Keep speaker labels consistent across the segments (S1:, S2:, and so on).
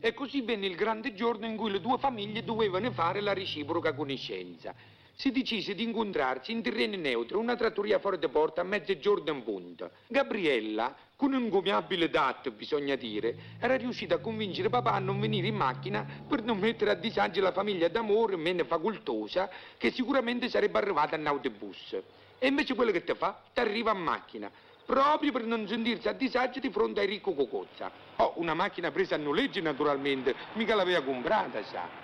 S1: E così venne il grande giorno in cui le due famiglie dovevano fare la reciproca conoscenza. Si decise di incontrarsi in terreno neutro, una trattoria fuori da porta a mezzogiorno in punta. Gabriella, con un gomiabile tatto, bisogna dire, era riuscita a convincere papà a non venire in macchina per non mettere a disagio la famiglia d'amore meno facoltosa che sicuramente sarebbe arrivata in autobus. E invece quello che ti fa, ti arriva a macchina, proprio per non sentirsi a disagio di fronte a Enrico Cocozza. Oh, una macchina presa a noleggio naturalmente, mica l'aveva comprata, sa.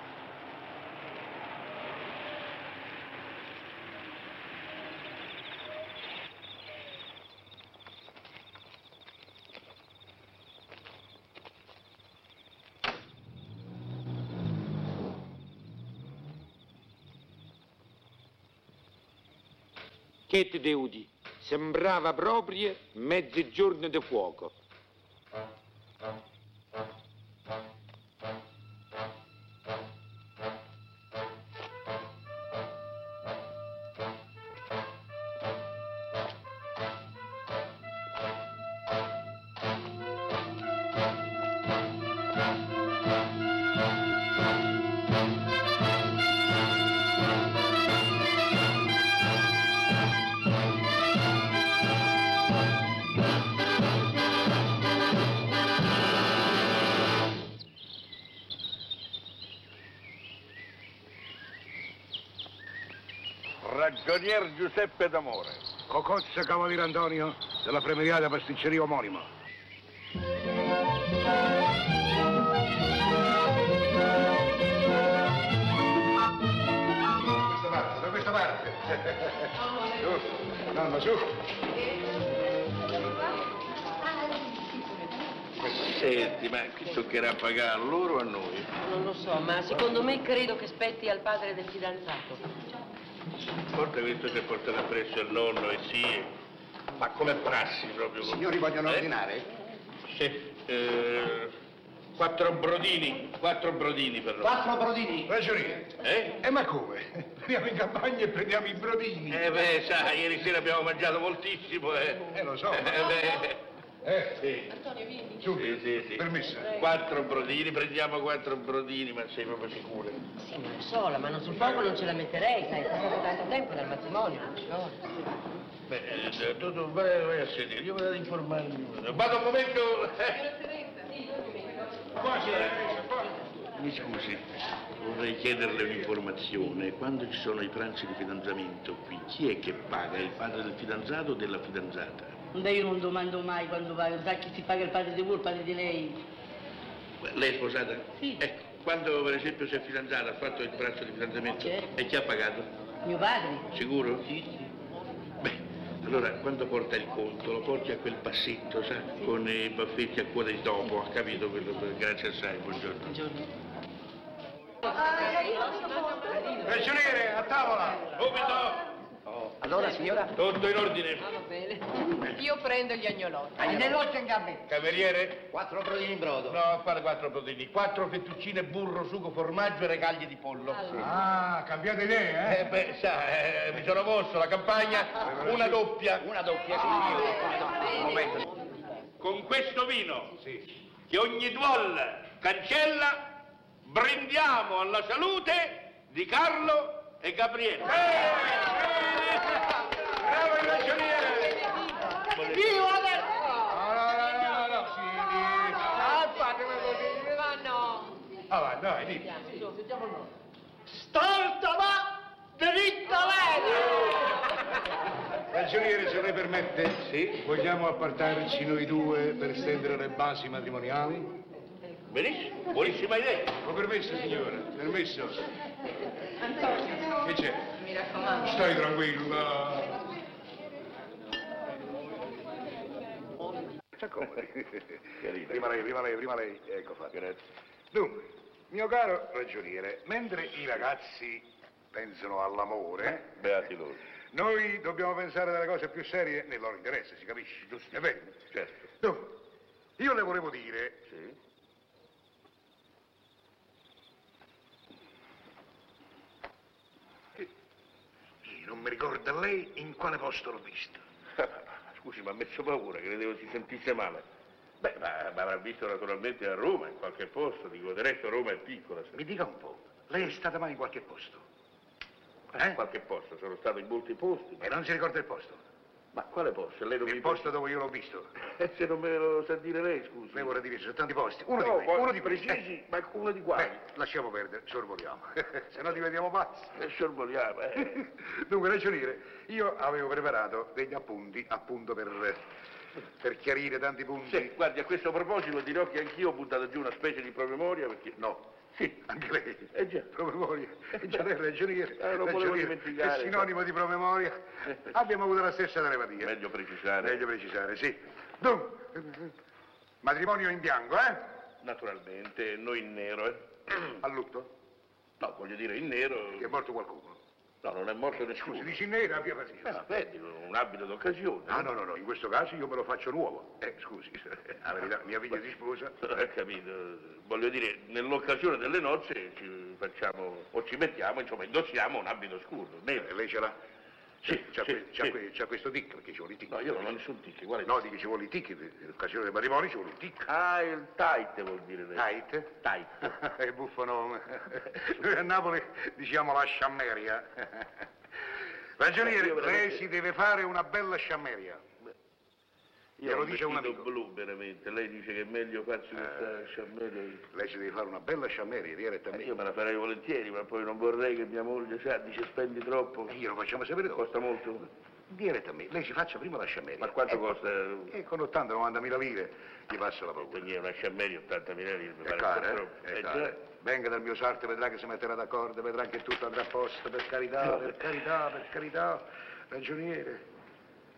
S1: Che te devo dire? Sembrava proprio mezzogiorno di fuoco.
S2: Ragionier Giuseppe D'Amore.
S3: Cocozza Cavaliere Antonio della premieriata pasticceria omonima. Da questa parte, da questa parte. Su, mamma, su.
S2: Senti, ma chi toccherà pagare a loro o a noi?
S4: Non lo so, ma secondo me credo che spetti al padre del fidanzato.
S2: Porta questo che ha portato appresso il nonno e sì. Ma come prassi proprio.
S5: Signori vogliono
S2: Eh?
S5: ordinare?
S2: Sì. eh, quattro brodini, quattro brodini per loro.
S5: Quattro brodini.
S3: Ragioniere.
S2: Eh?
S3: E ma come? Andiamo in campagna e prendiamo i brodini.
S2: Eh beh, sai, ieri sera abbiamo mangiato moltissimo, eh.
S3: Eh, lo so.
S2: Eh, beh.
S3: Eh,
S2: Sì.
S3: subito.
S2: Sì, sì, sì.
S3: Permesso.
S2: Quattro brodini, prendiamo quattro brodini, ma sei proprio sicuro?
S4: Sì, ma lo so, la mano sul fuoco non ce la metterei, sai, è passato tanto tempo dal matrimonio. no?
S2: Beh, eh, tu, tu vai, vai a sedere, io vado ad informarmi. Vado un momento. Mi scusi, vorrei chiederle un'informazione. Quando ci sono i pranzi di fidanzamento qui, chi è che paga? Il padre del fidanzato o della fidanzata?
S4: Beh, io non domando mai quando pago, sa chi si paga il padre di voi, il padre di lei.
S2: Beh, Lei è sposata?
S4: Sì.
S2: Ecco, quando per esempio si è fidanzata, ha fatto il pranzo di fidanzamento?
S4: Certo.
S2: E chi ha pagato?
S4: Mio padre?
S2: Sicuro? Sì, sì. Beh, allora quando porta il conto lo porti a quel passetto, sa, con i baffetti a cuore di topo, ha capito quello? Grazie assai, buongiorno.
S4: Buongiorno.
S6: Ah,
S3: Ragioniere, a tavola.
S2: Subito!
S5: Allora, signora?
S2: Tutto in ordine.
S7: Va bene. Io prendo gli agnolotti.
S4: Agnolotti in gambe.
S2: Cameriere?
S5: Quattro brodini in brodo.
S2: No, fare quattro prodini. Quattro fettuccine, burro, sugo, formaggio e regaglie di pollo.
S3: Ah, cambiate idea, eh?
S2: Eh beh, sa, eh, mi sono mosso la campagna, una doppia.
S5: Una doppia, signore. Un momento.
S2: Con questo vino, che ogni duol cancella, brindiamo alla salute di Carlo e Gabriele. eh,
S3: Bravo il ragioniere.
S7: Vivo adesso!
S3: No, no, no, no, no, no. Sì, sì.
S7: Ah, fatemi così, mi vanno!
S3: Ah, va, dai, dì.
S7: Storta va, dritta vena!
S3: Ragioniere, se lei permette, sì. vogliamo appartarci noi due per stendere le basi matrimoniali?
S2: Benissimo, buonissima idea.
S3: Ho permesso, signora, permesso. Che c'è? Mi raccomando. Stai tranquilla. Prima lei, prima lei, prima lei. Ecco fatto. Dunque, mio caro ragioniere, mentre i ragazzi pensano all'amore,
S2: Beati loro.
S3: noi dobbiamo pensare alle cose più serie nel loro interesse, si capisce? Giusto. È vero?
S2: Certo.
S3: Dunque, io le volevo dire
S2: Sì.
S3: Io non mi ricordo a lei in quale posto l'ho visto.
S2: Scusi, mi ha messo paura, credevo si sentisse male. Beh, ma, ma avrà visto naturalmente a Roma, in qualche posto, dico, del resto Roma è piccola. se-
S3: Mi dica un po', lei è stata mai in qualche posto?
S2: Eh? Qualche posto, sono stato in molti posti.
S3: E non si ricorda il posto?
S2: Ma quale posto? Lei non
S3: Il
S2: mi
S3: posto dove io l'ho visto.
S2: Eh, se non me lo sa dire lei, scusi.
S3: Lei vorrà dire, ci sono tanti posti. Uno
S2: No,
S3: di quei, uno
S2: posti
S3: di questi.
S2: precisi,
S3: Eh.
S2: ma uno di quali?
S3: Beh, lasciamo perdere, sorvoliamo. Se no diventiamo pazzi.
S2: E sorvoliamo, eh.
S3: Dunque, ragioniere, io avevo preparato degli appunti appunto per, per chiarire tanti punti.
S2: Sì, guardi, a questo proposito dirò che anch'io ho buttato giù una specie di promemoria perché... No, sì,
S3: Anche lei,
S2: Eh già.
S3: promemoria,
S2: Eh
S3: già
S2: già.
S3: lei è ragioniere,
S2: Eh, non volevo
S3: ragioniere,
S2: dimenticare.
S3: è sinonimo di promemoria. Abbiamo avuto la stessa telepatia.
S2: meglio precisare.
S3: Meglio precisare, sì. Dunque, matrimonio in bianco, eh?
S2: Naturalmente, noi in nero, eh.
S3: A lutto,
S2: No, voglio dire, in nero...
S3: che è morto qualcuno.
S2: No, non è morto
S3: Scusi,
S2: nessuno.
S3: dici nera, abbia
S2: Eh,
S3: pazienza.
S2: ma vedi, un abito d'occasione.
S3: Ah, no, no, no, in questo caso io me lo faccio nuovo. Eh, scusi, la verità, mia figlia si sposa.
S2: Eh, capito. Voglio dire, nell'occasione delle nozze ci facciamo, o ci mettiamo, insomma, indossiamo un abito scuro,
S3: Eh,
S2: nero.
S3: Lei ce l'ha?
S2: Sì,
S3: C'ha,
S2: sì,
S3: que- c'ha
S2: sì.
S3: que- c'ha questo tic, perché ci vuole il tic.
S2: No, io non ho nessun tic, guarda.
S3: No, dico ci vuole il tic, per l'occasione del matrimonio ci vuole il tic.
S2: Ah, il tight vuol dire lei.
S3: Tight?
S2: Tight.
S3: È buffo nome. Noi a Napoli diciamo la sciammeria.
S2: Io
S3: Ragioniere,
S2: veramente-
S3: lei si deve fare una bella sciammeria.
S2: Io
S3: Glielo
S2: ho
S3: dice un
S2: vestito
S3: amico.
S2: blu veramente, lei dice che è meglio farsi questa sciammella.
S3: Lei si deve fare una bella sciammeria
S2: Eh, Io
S3: direttamente.
S2: Eh, me la farei volentieri, ma poi non vorrei che mia moglie, sa, dice spendi troppo,
S3: E Glielo facciamo sapere dopo.
S2: costa molto.
S3: Direttamente, lei si faccia prima la sciammeria.
S2: Ma quanto
S3: E-
S2: costa?
S3: E con 80-90 mila lire gli passa la paura.
S2: Quindi è una sciammella 80 mila lire, mi
S3: È
S2: pare
S3: cara,
S2: un po'
S3: eh?
S2: troppo.
S3: È
S2: Eh,
S3: cara.
S2: già.
S3: Venga dal mio sarto, vedrà che si metterà d'accordo, vedrà che tutto andrà a posto, per carità,
S2: Eh.
S3: per carità, per carità. Ragioniere.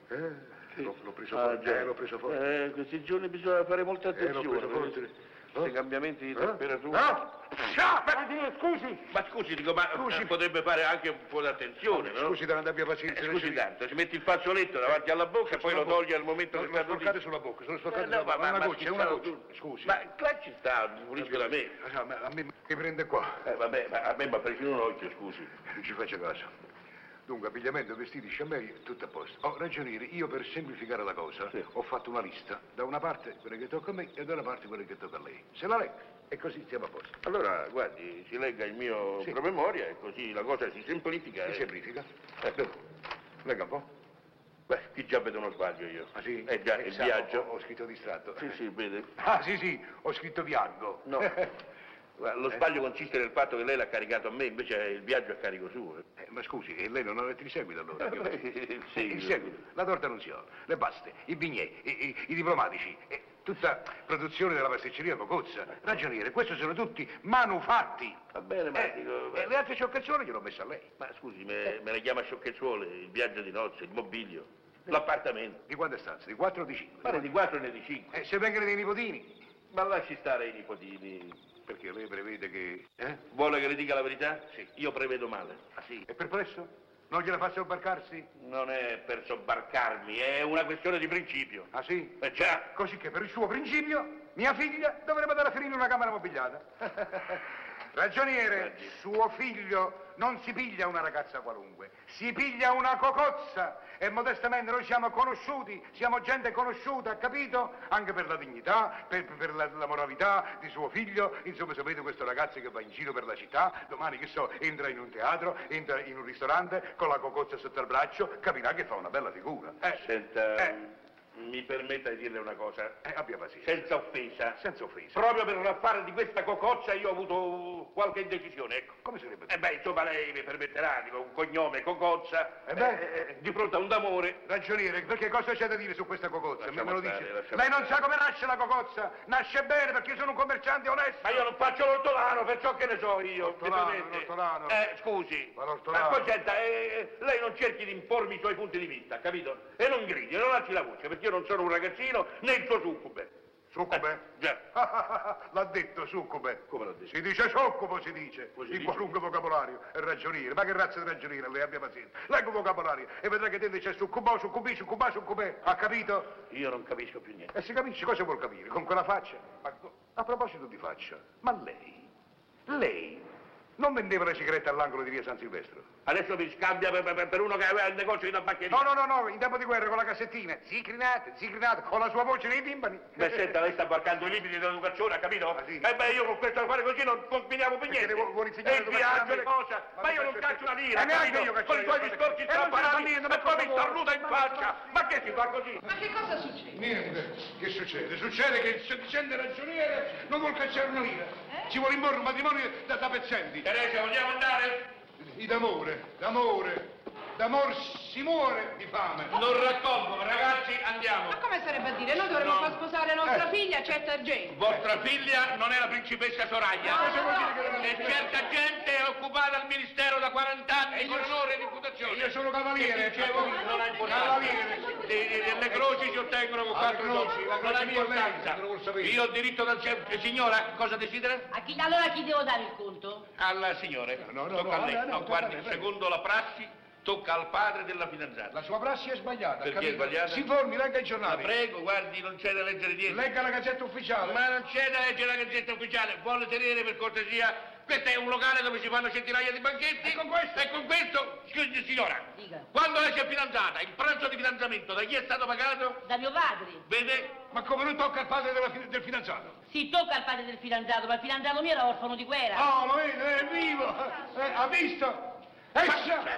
S3: Eh, l'ho, l'ho preso
S2: Ah,
S3: forte,
S2: già.
S3: eh, l'ho preso forte.
S2: Eh, questi giorni bisogna fare molta
S3: Eh, l'ho
S2: attenzione.
S3: preso forte.
S2: perché Questi cambiamenti di temperatura.
S3: Ah! Ah, Eh? ma- Scusi!
S2: Eh? Ma scusi, dico, ma
S3: Scusi.
S2: si potrebbe fare anche un po' d'attenzione, no?
S3: Scusi, non abbia
S2: Eh,
S3: pazienza.
S2: scusi tanto, ci metti il fazzoletto davanti alla bocca e poi lo togli al momento
S3: che
S2: che sta
S3: sporcate sulla bocca, sono
S2: Eh,
S3: sporcate
S2: no,
S3: sulla bocca. una goccia,
S2: ci
S3: una
S2: stavo
S3: goccia.
S2: tu.
S3: Scusi.
S2: Ma qua ci sta, mi pulisco da me.
S3: Ah, ma a me mi prende qua.
S2: Eh, vabbè, ma a me mi ha preso un occhio, scusi.
S3: Non ci faccio caso. Dunque, abbigliamento, vestiti, sciameri, tutto a posto. Oh, ragioniere, io per semplificare la cosa
S2: Sì.
S3: ho fatto una lista. Da una parte quella che tocca a me e da una parte quella che tocca a lei. Se la leggo e così stiamo a posto.
S2: Allora, guardi, si legga il mio
S3: Sì.
S2: promemoria e così la cosa si semplifica.
S3: Si
S2: eh.
S3: semplifica.
S2: Eh.
S3: Dunque, Legga un po'.
S2: Beh, qui già vedo uno sbaglio io.
S3: Ah sì?
S2: Eh già,
S3: Eh,
S2: il
S3: sa,
S2: viaggio.
S3: Ho, ho scritto distratto.
S2: Sì, sì, vede.
S3: Ah, sì, sì, ho scritto viaggio.
S2: No. Guarda,
S3: Eh.
S2: Lo sbaglio consiste nel fatto che lei l'ha caricato a me, invece è il viaggio a carico suo. eh.
S3: Eh, ma scusi, e lei non ha letto il seguito allora?
S2: Eh, sì.
S3: il seguito, la torta annunziò, le paste, i bignè, i, i- i diplomatici, e tutta produzione della pasticceria Cocozza. Ragioniere, questi sono tutti manufatti.
S2: Va bene, ma
S3: Eh,
S2: dico...
S3: e le altre sciocchezzone gliel'ho messa a lei.
S2: Ma scusi, me, me le chiama sciocchezzuole, il viaggio di nozze, il mobilio, l'appartamento.
S3: Di quante stanze? Di 4 o di 5?
S2: Pare di quattro ne di cinque.
S3: Eh, se vengono dei nipotini.
S2: Ma lasci stare i nipotini.
S3: Perché lei prevede che... Eh?
S2: Vuole che le dica la verità? Sì. Io prevedo male.
S3: Ah sì? È perplesso? Non gliela fa sobbarcarsi?
S2: Non è per sobbarcarmi, è una questione di principio.
S3: Ah sì?
S2: Eh già,
S3: Così che per il suo principio, mia figlia dovrebbe andare a finire in una camera mobiliata. Ragioniere, suo figlio non si piglia una ragazza qualunque, si piglia una cocozza. E modestamente noi siamo conosciuti, siamo gente conosciuta, capito? Anche per la dignità, per, per la, la moralità di suo figlio. Insomma, sapete questo ragazzo che va in giro per la città, domani che so, entra in un teatro, entra in un ristorante con la cocozza sotto al braccio, capirà che fa una bella figura. Eh,
S2: senta,
S3: Eh.
S2: mi permetta di dirle una cosa,
S3: eh, abbia pazienza.
S2: senza offesa.
S3: Senza offesa.
S2: Proprio per un affare di questa cococcia io ho avuto qualche indecisione, ecco.
S3: Come sarebbe?
S2: E beh, insomma, lei mi permetterà, dico, un cognome, cococcia,
S3: Eh beh.
S2: eh, eh, di fronte a un d'amore.
S3: Eh, Ragioniere, perché cosa c'è da dire su questa cocozza? Me
S2: Lasciamo
S3: me lo
S2: stare,
S3: dice.
S2: lasciamo
S3: Lei non
S2: stare.
S3: sa come nasce la cocozza. Nasce bene perché io sono un commerciante onesto.
S2: Ma io non faccio l'ortolano, perciò che ne so io. mi
S3: L'ortolano,
S2: permette?
S3: l'ortolano.
S2: Eh, scusi.
S3: Ma l'ortolano.
S2: Ma poi senta, eh, lei non cerchi di impormi i suoi punti di vista, capito? E non gridi, non alzi la voce, perché io non sono un ragazzino né il suo succube.
S3: Succube?
S2: Eh, già.
S3: L'ha detto succube.
S2: Come l'ha detto?
S3: Si dice succubo, si dice.
S2: Come si
S3: in
S2: dice?
S3: qualunque vocabolario. E ragioniere. Ma che razza di ragioniere lei abbia pazienza. Leggo vocabolario e vedrà che dentro c'è succubo, succubi, succubà, succubè. Ha capito?
S2: Io non capisco più niente.
S3: E si capisce cosa vuol capire con quella faccia. Ma co- a proposito di faccia, ma lei, lei non vendeva le sigarette all'angolo di via San Silvestro.
S2: Adesso mi scambia per, per- per uno che aveva il negozio di tabaccheria.
S3: No, no, no, no, in tempo di guerra con la cassettina, zicrinate, zicrinate, con la sua voce nei timpani.
S2: Beh, senta, lei sta varcando i limiti dell'educazione, ha capito?
S3: Ah, sì.
S2: Eh beh, io con questo fare così non combiniamo più
S3: Perché
S2: niente.
S3: devo- vuole insegnare
S2: e il
S3: educazione
S2: viaggio, le
S3: alle-
S2: cose.
S3: Ma
S2: Ma
S3: mi
S2: io non
S3: faccio-
S2: caccio una lira,
S3: Eh, neanche
S2: capito?
S3: io caccio
S2: Con
S3: le
S2: i tuoi
S3: cose.
S2: discorsi
S3: Eh, non si fa
S2: strapparati
S3: niente, ma
S2: e poi
S3: per
S2: mi
S3: favore.
S2: starnuta in
S3: Ma-
S2: faccia. Ma che si fa così?
S7: Ma che cosa succede?
S3: Niente, che succede? Succede che il sedicente ragioniere non vuol cacciare una lira.
S7: Eh?
S3: Ci vuole imporre un matrimonio da, da pezzenti.
S2: Teresa, vogliamo andare?
S3: Di d'amore, d'amore, d'amor si muore di fame.
S2: Non raccolgo, ragazzi, andiamo.
S7: Ma come sarebbe a dire? Noi dovremmo
S2: No.
S7: far sposare nostra
S3: Eh.
S7: figlia a certa gente.
S2: Vostra figlia non è la principessa Soraya.
S7: Ma cosa vuol dire che non è
S2: E certa gente è occupata al ministero da 40 anni con onore e reputazione.
S3: Io sono cavaliere,
S2: Che dicevo,
S3: cavaliere.
S2: non ha
S3: Cavaliere.
S2: importanza. Le, le- le croci si ottengono con
S3: Ah,
S2: quattro
S3: le croci,
S2: croci,
S3: la
S2: non
S3: croce
S2: ha
S3: imponente, non lo
S2: importanza.
S3: sapevo.
S2: Io ho diritto dal sempre. Signora, cosa desidera?
S6: A chi, allora a chi devo dare il conto?
S2: Alla signore.
S3: No, no, no,
S2: tocca
S3: no,
S2: a lei.
S3: no, no,
S2: No,
S3: tocca a
S2: guardi,
S3: lei, prego.
S2: secondo la prassi, tocca al padre della fidanzata.
S3: La sua prassi è sbagliata.
S2: Perché è
S3: capito?
S2: sbagliata?
S3: Si formi, legga i
S2: La
S3: giornali.
S2: prego, guardi, non c'è da leggere niente.
S3: Legga la gazzetta ufficiale.
S2: Ma non c'è da leggere la gazzetta ufficiale, vuole tenere per cortesia, questo è un locale dove si fanno centinaia di banchetti. E con questo? E con questo, scusi signora,
S6: Dica.
S2: quando lei si è fidanzata, il pranzo di fidanzamento da chi è stato pagato?
S6: Da mio padre.
S2: Vede?
S3: Ma come non tocca al padre della fi- del fidanzato?
S6: Si tocca al padre del fidanzato, ma il
S4: Oh,
S6: fidanzato mio era orfano di guerra.
S2: cioè,
S3: Oh, lo vede, è vivo! Eh, ha visto? Esce!